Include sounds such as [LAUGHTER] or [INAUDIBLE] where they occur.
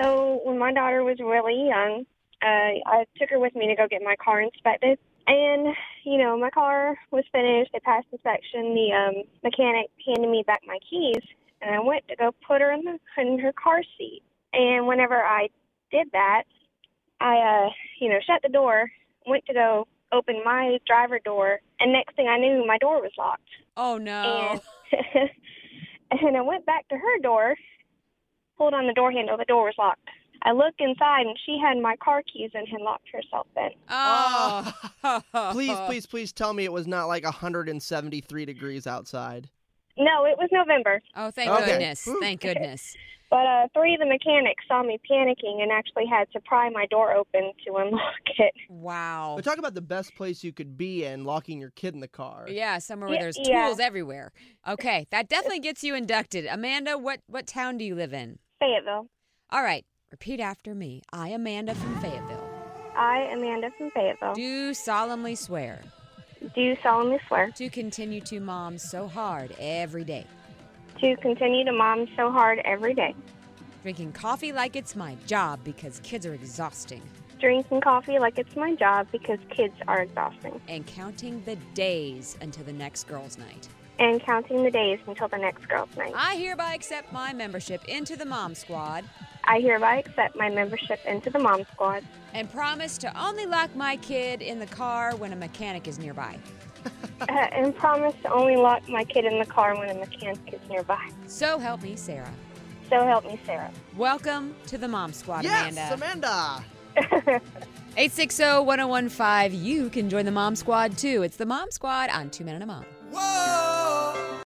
So when my daughter was really young, uh, I took her with me to go get my car inspected. And, you know, my car was finished. It passed inspection. The um, mechanic handed me back my keys, and I went to go put her in, the, in her car seat. And whenever I did that, I, uh, you know, shut the door, went to go open my driver door, and next thing I knew, my door was locked. Oh no. And, [LAUGHS] and I went back to her door, pulled on the door handle, the door was locked. I looked inside, and she had my car keys and had locked herself in. [LAUGHS] Oh. [LAUGHS] Ah. Please, please, please tell me it was not like 173 degrees outside. No, it was November. Oh, thank Okay. goodness. Whew. Thank goodness. But uh, three of the mechanics saw me panicking and actually had to pry my door open to unlock it. Wow. But talk about the best place you could be in locking your kid in the car. Yeah, somewhere where Yeah, there's yeah. tools everywhere. Okay, that definitely gets you inducted. Amanda, what what town do you live in? Fayetteville. All right, repeat after me. I, Amanda from Fayetteville, I, Amanda from Fayetteville, do solemnly swear do solemnly swear to continue to mom so hard every day, to continue to mom so hard every day, drinking coffee like it's my job because kids are exhausting, drinking coffee like it's my job because kids are exhausting, and counting the days until the next girls' night. and counting the days until the next girls' night. I hereby accept my membership into the mom squad I hereby accept my membership into the Mom Squad and promise to only lock my kid in the car when a mechanic is nearby. uh, and promise to only lock my kid in the car when a mechanic is nearby. So help me, Sarah. So help me, Sarah. Welcome to the Mom Squad, Yes, Amanda. Amanda. 860-1015. You can join the Mom Squad too. It's the Mom Squad on Two Men and a Mom. Whoa.